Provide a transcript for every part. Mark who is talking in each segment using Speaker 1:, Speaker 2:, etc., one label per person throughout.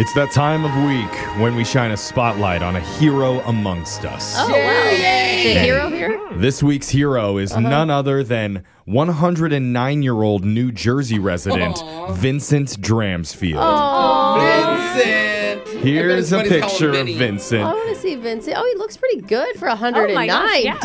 Speaker 1: It's that time of week when we shine a spotlight on a hero amongst us.
Speaker 2: Oh, wow. Is it hero here?
Speaker 1: This week's hero
Speaker 2: Uh-huh.
Speaker 1: is none other than 109 year old New Jersey resident Vincent
Speaker 2: Oh.
Speaker 1: Dramsfield.
Speaker 3: Vincent.
Speaker 1: Here's a
Speaker 3: Everybody's
Speaker 1: picture
Speaker 3: calling
Speaker 1: of
Speaker 3: Vinny.
Speaker 1: Vincent.
Speaker 2: I want to see Vincent. Oh, he looks pretty good for 109.
Speaker 4: gosh, yeah.
Speaker 1: And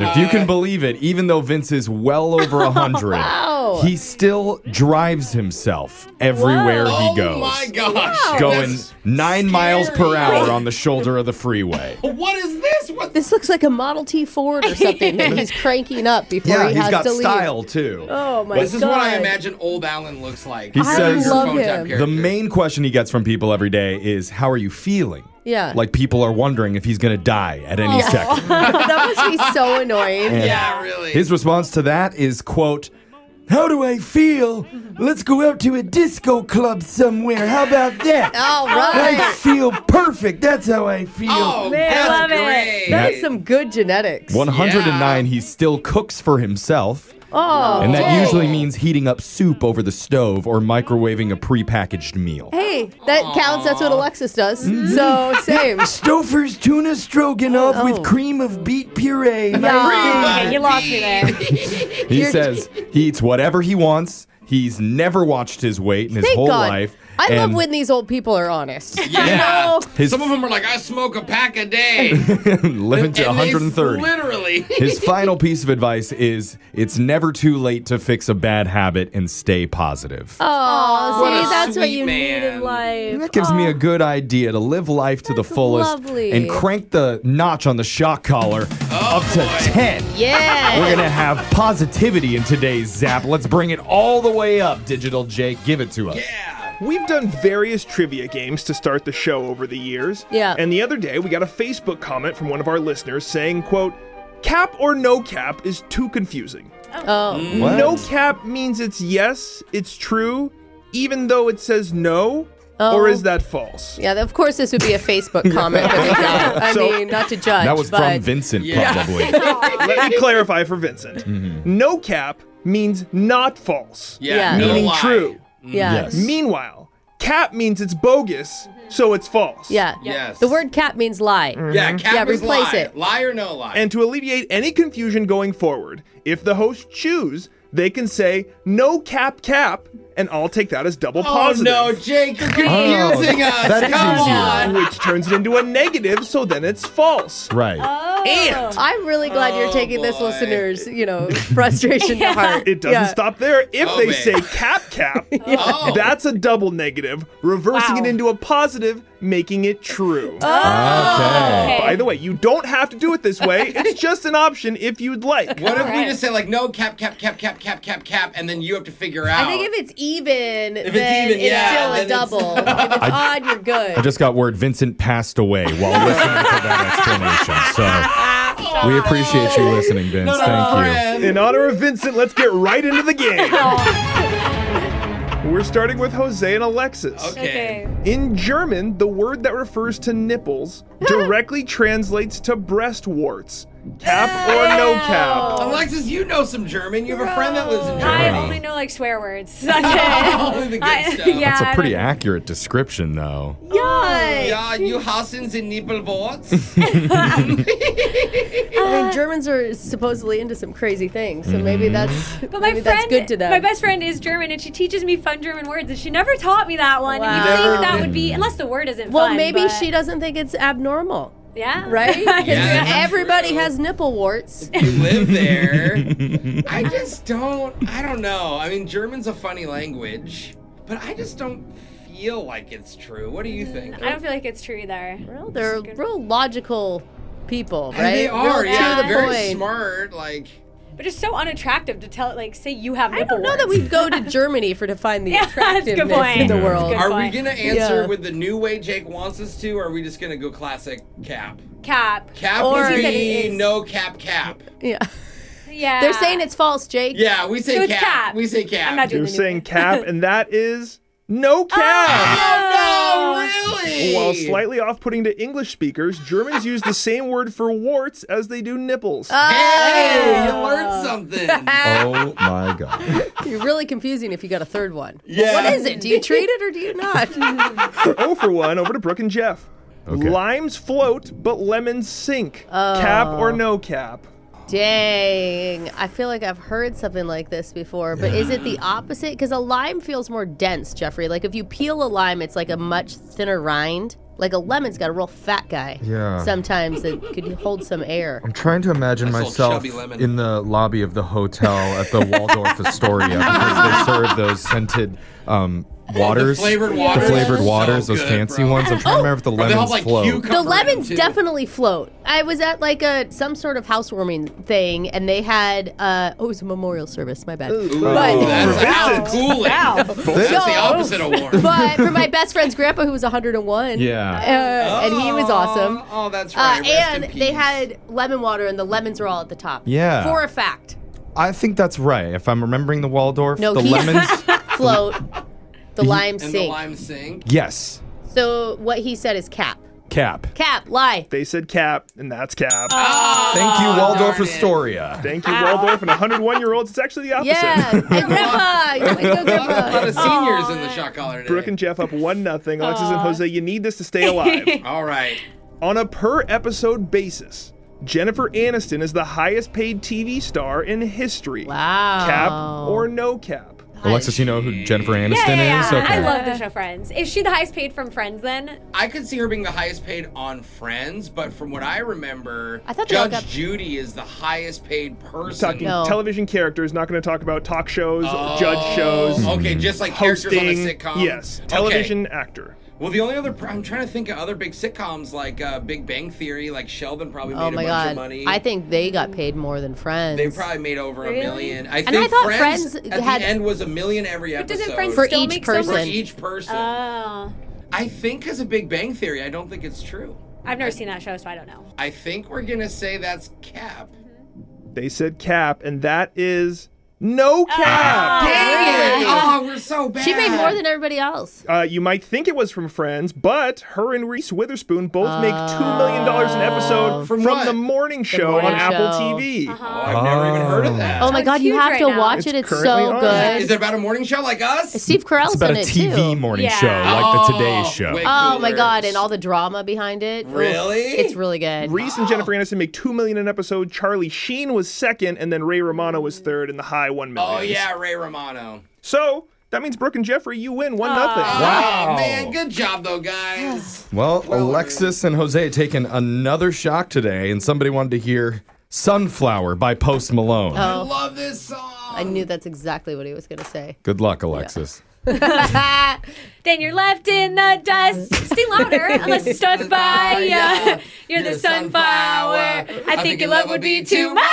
Speaker 2: Dang.
Speaker 1: if you can believe it, even though Vince is well over 100,
Speaker 2: Wow.
Speaker 1: he still drives himself everywhere
Speaker 3: Oh
Speaker 1: he goes.
Speaker 3: my gosh.
Speaker 1: Going
Speaker 3: That's
Speaker 1: nine miles per
Speaker 3: scary.
Speaker 1: hour on the shoulder of the freeway.
Speaker 3: What is this? What?
Speaker 2: This looks like a Model T Ford or something that he's cranking up before
Speaker 1: Yeah,
Speaker 2: he
Speaker 1: he's
Speaker 2: has
Speaker 1: got
Speaker 2: to leave.
Speaker 1: style too.
Speaker 2: Oh, my
Speaker 3: This is what I
Speaker 2: God.
Speaker 3: imagine old Alan looks like.
Speaker 1: He
Speaker 3: Your
Speaker 1: says-
Speaker 3: phone
Speaker 2: love
Speaker 3: tap
Speaker 2: him.
Speaker 3: character.
Speaker 1: The main question he gets from people every day is, How are you feeling?
Speaker 2: Yeah.
Speaker 1: Like people are wondering if he's going to die at any second.
Speaker 2: that must be so annoying.
Speaker 1: And
Speaker 3: Yeah, really.
Speaker 1: His response to that is, quote, how do I feel? Let's go out to a disco club somewhere. How about that?
Speaker 2: All
Speaker 1: I
Speaker 2: right.
Speaker 1: feel perfect. That's how I feel.
Speaker 3: oh,
Speaker 4: Man,
Speaker 3: that's
Speaker 4: love it.
Speaker 3: great.
Speaker 2: That is some good genetics.
Speaker 1: 109, he still cooks for himself.
Speaker 2: Oh.
Speaker 1: And that
Speaker 3: Whoa.
Speaker 1: usually means heating up soup over the stove or microwaving a prepackaged meal.
Speaker 2: Hey, that counts. That's what Alexis does.
Speaker 1: Mm-hmm.
Speaker 2: So, same.
Speaker 1: Stouffer's tuna stroganoff
Speaker 2: Oh.
Speaker 1: with cream of beet puree.
Speaker 2: Yeah.
Speaker 4: Okay, you lost me there.
Speaker 1: He says he eats whatever he wants. He's never watched his weight in his
Speaker 2: Thank
Speaker 1: whole
Speaker 2: God.
Speaker 1: life.
Speaker 2: I love
Speaker 1: and
Speaker 2: when these old people are honest.
Speaker 3: Yeah.
Speaker 2: No.
Speaker 1: His-
Speaker 3: Some of them are like, I smoke a pack a day. and
Speaker 1: living to
Speaker 3: they
Speaker 1: 130.
Speaker 3: Literally.
Speaker 1: His final piece of advice is it's never too late to fix a bad habit and stay positive.
Speaker 2: Oh,
Speaker 3: What
Speaker 2: see,
Speaker 3: a
Speaker 2: that's what
Speaker 3: sweet
Speaker 2: you
Speaker 3: man.
Speaker 2: need in life.
Speaker 1: that gives me a good idea to live life to the fullest
Speaker 2: lovely.
Speaker 1: and crank the notch on the shock collar up to
Speaker 3: Oh, boy.
Speaker 1: 10. We're
Speaker 2: Yeah.
Speaker 1: going to have positivity in today's zap. Let's bring it all the way up, Digital Jake. Give it to us.
Speaker 3: yeah.
Speaker 5: We've done various trivia games to start the show over the years.
Speaker 2: Yeah.
Speaker 5: And the other day we got a Facebook comment from one of our listeners saying, quote, cap or no cap is too confusing.
Speaker 2: oh.
Speaker 1: What?
Speaker 5: No cap means it's yes, it's true, even though it says no,
Speaker 2: Oh.
Speaker 5: or is that false?
Speaker 2: Yeah, of course this would be a Facebook comment that they got. I
Speaker 5: So-
Speaker 2: mean, not to judge.
Speaker 1: That was
Speaker 2: but
Speaker 1: from Vincent,
Speaker 3: Yeah.
Speaker 1: probably.
Speaker 5: Let me clarify for Vincent. No cap means not false,
Speaker 3: Yeah.
Speaker 2: Yeah.
Speaker 3: no
Speaker 5: meaning
Speaker 3: lie.
Speaker 5: true.
Speaker 2: Yeah.
Speaker 1: Yes.
Speaker 5: Meanwhile, cap means it's bogus, so it's false.
Speaker 2: Yeah.
Speaker 3: Yes.
Speaker 2: The word cat means lie.
Speaker 3: Yeah, cap
Speaker 2: Yeah,
Speaker 3: is
Speaker 2: replace
Speaker 3: lie.
Speaker 2: it.
Speaker 3: Lie or no lie.
Speaker 5: And to alleviate any confusion going forward, if the hosts choose, they can say no cap cap, and I'll take that as double
Speaker 3: oh
Speaker 5: positive.
Speaker 3: no, Jake, you're
Speaker 1: Oh,
Speaker 3: confusing us.
Speaker 1: that is
Speaker 3: Come
Speaker 1: easier.
Speaker 3: on.
Speaker 5: Which turns it into a negative, so then it's false.
Speaker 1: Right.
Speaker 2: Oh,
Speaker 3: And
Speaker 2: I'm really glad you're
Speaker 3: Oh,
Speaker 2: taking this
Speaker 3: boy.
Speaker 2: listener's, you know, frustration to heart.
Speaker 5: It doesn't
Speaker 2: Yeah.
Speaker 5: stop there. If
Speaker 3: Oh,
Speaker 5: they
Speaker 3: man.
Speaker 5: say cap cap,
Speaker 3: Oh.
Speaker 5: that's a double negative, reversing
Speaker 4: Wow.
Speaker 5: it into a positive, making it true.
Speaker 1: okay.
Speaker 5: By the way, you don't have to do it this way. It's just an option if you'd like.
Speaker 3: What if we
Speaker 4: Alright.
Speaker 3: just say like no cap cap cap cap cap cap cap and then you have to figure out
Speaker 2: I think if it's even,
Speaker 3: it's
Speaker 2: then
Speaker 3: even,
Speaker 2: it's still
Speaker 3: yeah, then
Speaker 2: a
Speaker 3: it's-
Speaker 2: double. if it's odd, you're good.
Speaker 1: I just got word Vincent passed away while listening to that explanation. So we appreciate you listening, Vince.
Speaker 3: Not our
Speaker 1: Thank you.
Speaker 3: friend.
Speaker 5: In honor of Vincent, let's get right into the game. We're starting with Jose and Alexis.
Speaker 3: Okay.
Speaker 5: In German, the word that refers to nipples directly translates to breast warts. Cap or no cap?
Speaker 3: Alexis, you know some German. You have a friend that lives in
Speaker 4: I
Speaker 3: Germany.
Speaker 1: Wow.
Speaker 4: only know like swear words.
Speaker 3: Only the good
Speaker 4: I-
Speaker 3: stuff.
Speaker 4: yeah.
Speaker 1: That's a
Speaker 4: I
Speaker 1: pretty
Speaker 4: don't-
Speaker 1: accurate description, though.
Speaker 3: Yeah, you Hassens in Nippelworts.
Speaker 2: I mean, Germans are supposedly into some crazy things, so maybe
Speaker 1: Mm-hmm.
Speaker 2: that's
Speaker 4: But my
Speaker 2: maybe
Speaker 4: friend,
Speaker 2: that's good to them.
Speaker 4: my best friend is German, and she teaches me fun German words, and she never taught me that one. And
Speaker 2: Wow.
Speaker 4: you
Speaker 5: Never
Speaker 4: think that
Speaker 5: did.
Speaker 4: would be, unless the word isn't
Speaker 2: well,
Speaker 4: fun,
Speaker 2: maybe
Speaker 4: but-
Speaker 2: she doesn't think it's abnormal,
Speaker 4: Yeah.
Speaker 2: right?
Speaker 3: Yeah.
Speaker 2: Everybody has nipple warts.
Speaker 3: you live there. I just don't. I don't know. I mean, German's a funny language, but I just don't feel like it's true. What do you
Speaker 2: Mm,
Speaker 3: think?
Speaker 4: I don't feel like it's true either.
Speaker 2: Well, they're real logical people,
Speaker 3: And
Speaker 2: right?
Speaker 3: They are,
Speaker 2: real
Speaker 3: yeah.
Speaker 2: to the
Speaker 3: very
Speaker 2: point.
Speaker 3: smart. Like,
Speaker 4: But it's so unattractive to tell, like, say you have
Speaker 2: I
Speaker 4: nipple
Speaker 2: don't know that
Speaker 4: warts.
Speaker 2: we'd go to Germany for to find the
Speaker 4: Yeah, that's a good
Speaker 2: attractiveness in
Speaker 4: point.
Speaker 2: the
Speaker 1: Yeah.
Speaker 2: world.
Speaker 4: Good
Speaker 3: are we
Speaker 4: point.
Speaker 3: gonna answer
Speaker 2: Yeah.
Speaker 3: with the new way Jake wants us to, or are we just gonna go classic cap?
Speaker 4: cap.
Speaker 3: Cap
Speaker 2: Or-
Speaker 3: would
Speaker 2: He said
Speaker 3: be
Speaker 4: it is.
Speaker 3: no cap cap.
Speaker 2: Yeah,
Speaker 4: Yeah.
Speaker 2: they're saying it's false, Jake.
Speaker 3: Yeah, we say
Speaker 4: So it's
Speaker 3: cap.
Speaker 4: cap.
Speaker 3: We say cap.
Speaker 4: I'm not doing
Speaker 5: You're
Speaker 4: the new
Speaker 5: saying
Speaker 4: one.
Speaker 3: Ah,
Speaker 5: cap, and that is no cap.
Speaker 3: Oh, no, Really?
Speaker 5: While slightly off putting to English speakers, Germans use the same word for warts as they do nipples.
Speaker 3: Ah. Hey, you learned something.
Speaker 1: Oh my god.
Speaker 2: Ah, You're really confusing if you got a third one.
Speaker 3: Yeah.
Speaker 2: What is it? Do you treat it or do you not?
Speaker 5: Oh for 1 over to Brooke and Jeff.
Speaker 1: Okay.
Speaker 5: Limes float, but lemons sink. Cap or no cap?
Speaker 2: Dang. I feel like I've heard something like this before, but is it the opposite? Because a lime feels more dense, Jeffrey. Like if you peel a lime, it's like a much thinner rind. Like a lemon's got a real fat guy.
Speaker 1: Yeah.
Speaker 2: Sometimes that could hold some air.
Speaker 1: I'm trying to imagine
Speaker 3: Nice old
Speaker 1: myself
Speaker 3: chubby lemon.
Speaker 1: in the lobby of the hotel at the Waldorf Astoria because they serve those scented um, waters,
Speaker 3: flavored
Speaker 1: the
Speaker 3: waters
Speaker 1: flavored
Speaker 3: are so
Speaker 1: waters, those
Speaker 3: good,
Speaker 1: fancy
Speaker 3: bro.
Speaker 1: ones. I'm trying to remember if the
Speaker 3: Or
Speaker 1: lemons
Speaker 3: they have like
Speaker 1: float.
Speaker 3: cucumber.
Speaker 2: The
Speaker 3: in
Speaker 2: lemons
Speaker 3: too.
Speaker 2: definitely float. I was at like a some sort of housewarming thing, and they had uh, oh, it was a memorial service. My bad.
Speaker 5: Ooh.
Speaker 2: But
Speaker 3: Ooh, that's
Speaker 5: Ow.
Speaker 3: cooling. That's the opposite of warm.
Speaker 2: but for my best friend's grandpa who was 101, uh,
Speaker 1: Yeah.
Speaker 2: and he was awesome.
Speaker 3: Oh, that's right.
Speaker 2: Uh,
Speaker 3: Rest in
Speaker 2: and
Speaker 3: peace.
Speaker 2: they had lemon water, and the lemons were all at the top.
Speaker 1: Yeah.
Speaker 2: for a fact.
Speaker 1: I think that's right. If I'm remembering the Waldorf,
Speaker 2: No,
Speaker 1: the
Speaker 2: he's-
Speaker 1: lemons.
Speaker 2: Float, the lime
Speaker 3: and the
Speaker 2: sink.
Speaker 3: lime sink.
Speaker 1: yes.
Speaker 2: So what he said is cap,
Speaker 1: Cap.
Speaker 2: cap, lie.
Speaker 5: They said cap, and that's cap.
Speaker 2: Ah.
Speaker 1: Thank you, Waldorf
Speaker 3: darn it.
Speaker 1: Astoria.
Speaker 5: Thank you, Waldorf, and 101 year olds. It's actually the opposite.
Speaker 2: Yeah, and grandpa, you might go,
Speaker 3: A lot of- a lot
Speaker 2: grandpa.
Speaker 3: of seniors in the shot collar
Speaker 5: Brooke
Speaker 3: today.
Speaker 5: and Jeff up 1 nothing. Alexis and Jose, you need this to stay alive.
Speaker 3: All right.
Speaker 5: On a per episode basis, Jennifer Aniston is the highest paid TV star in history.
Speaker 2: Wow.
Speaker 5: Cap or no cap?
Speaker 1: Alexis, you know who Jennifer Aniston
Speaker 4: Yeah, yeah,
Speaker 1: is?
Speaker 4: yeah. I love the show Friends. Is she the highest paid from Friends then?
Speaker 3: I could see her being the highest paid on Friends, but from what I remember,
Speaker 2: I thought they all got-
Speaker 3: Judge Judy is the highest paid person.
Speaker 5: Talking
Speaker 2: No.
Speaker 5: television characters, not going to talk about talk shows,
Speaker 3: Oh,
Speaker 5: judge
Speaker 1: Hmm.
Speaker 5: shows,
Speaker 3: Okay, just like
Speaker 5: hosting.
Speaker 3: characters on a sitcom.
Speaker 5: Yes,
Speaker 3: Okay.
Speaker 5: television actor.
Speaker 3: Well, the only other I'm trying to think of other big sitcoms like uh, Big Bang Theory, like Sheldon probably made
Speaker 2: Oh
Speaker 3: a
Speaker 2: my
Speaker 3: bunch
Speaker 2: god!
Speaker 3: of money.
Speaker 2: I think they got paid more than friends.
Speaker 3: they probably made over a million. I
Speaker 2: I
Speaker 3: think
Speaker 2: thought
Speaker 3: Friends,
Speaker 2: Friends
Speaker 3: at
Speaker 2: had-
Speaker 3: the end was a million every episode.
Speaker 4: Doesn't Friends
Speaker 2: For
Speaker 4: still
Speaker 2: each
Speaker 4: make
Speaker 3: for
Speaker 4: So much?
Speaker 2: person.
Speaker 3: each person.
Speaker 2: Uh.
Speaker 4: Oh,
Speaker 3: I think as a Big Bang Theory, I don't think it's true.
Speaker 4: I've never seen that show, so I don't know.
Speaker 3: I think we're gonna say that's cap.
Speaker 5: They said cap, and that is no
Speaker 2: Ah.
Speaker 5: cap.
Speaker 2: Really?
Speaker 3: Oh, we're so bad.
Speaker 2: She made more than everybody else.
Speaker 5: Uh, you might think it was from Friends, but her and Reese Witherspoon both make two million dollars an episode
Speaker 3: From
Speaker 5: from,
Speaker 3: what?
Speaker 5: the morning show
Speaker 2: morning
Speaker 5: on Apple
Speaker 2: show.
Speaker 5: TV.
Speaker 3: Oh, I've never even heard of that.
Speaker 2: Oh my
Speaker 4: it's
Speaker 2: god, you
Speaker 4: huge
Speaker 2: have
Speaker 4: right
Speaker 2: to
Speaker 4: now.
Speaker 2: watch it.
Speaker 5: It's
Speaker 2: It's
Speaker 5: currently
Speaker 2: so
Speaker 5: on.
Speaker 2: good.
Speaker 3: Is it about a morning show like us?
Speaker 2: Steve Carell's
Speaker 1: It's about
Speaker 2: in
Speaker 1: a
Speaker 2: it
Speaker 1: TV
Speaker 2: too.
Speaker 1: morning
Speaker 4: Yeah.
Speaker 1: show, like the Today
Speaker 3: Oh,
Speaker 1: Show.
Speaker 3: wait.
Speaker 2: Oh my
Speaker 3: Coolers.
Speaker 2: god, and all the drama behind it. Oof,
Speaker 3: Really?
Speaker 2: it's really good.
Speaker 5: Reese and Jennifer Aniston make two million an episode. Charlie Sheen was second, and then Ray Romano was third in the high one million.
Speaker 3: Oh yeah, Ray Romano.
Speaker 5: So that means Brooke and Jeffrey, you win one nothing.
Speaker 1: Wow.
Speaker 3: Oh man, good job though, guys.
Speaker 1: Well, Alexis and Jose taking another shock today, and somebody wanted to hear Sunflower by Post Malone.
Speaker 3: I love this song.
Speaker 2: I knew that's exactly what he was gonna say.
Speaker 1: Good luck, Alexis.
Speaker 4: Then you're left in the dust. Sing louder, unless it starts by ya. You're, the, sunflower. I think, your love would be too much.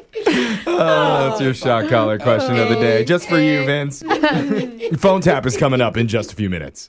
Speaker 1: Oh, that's your shock collar question of the day. Just for you, Vince. Phone tap is coming up in just a few minutes.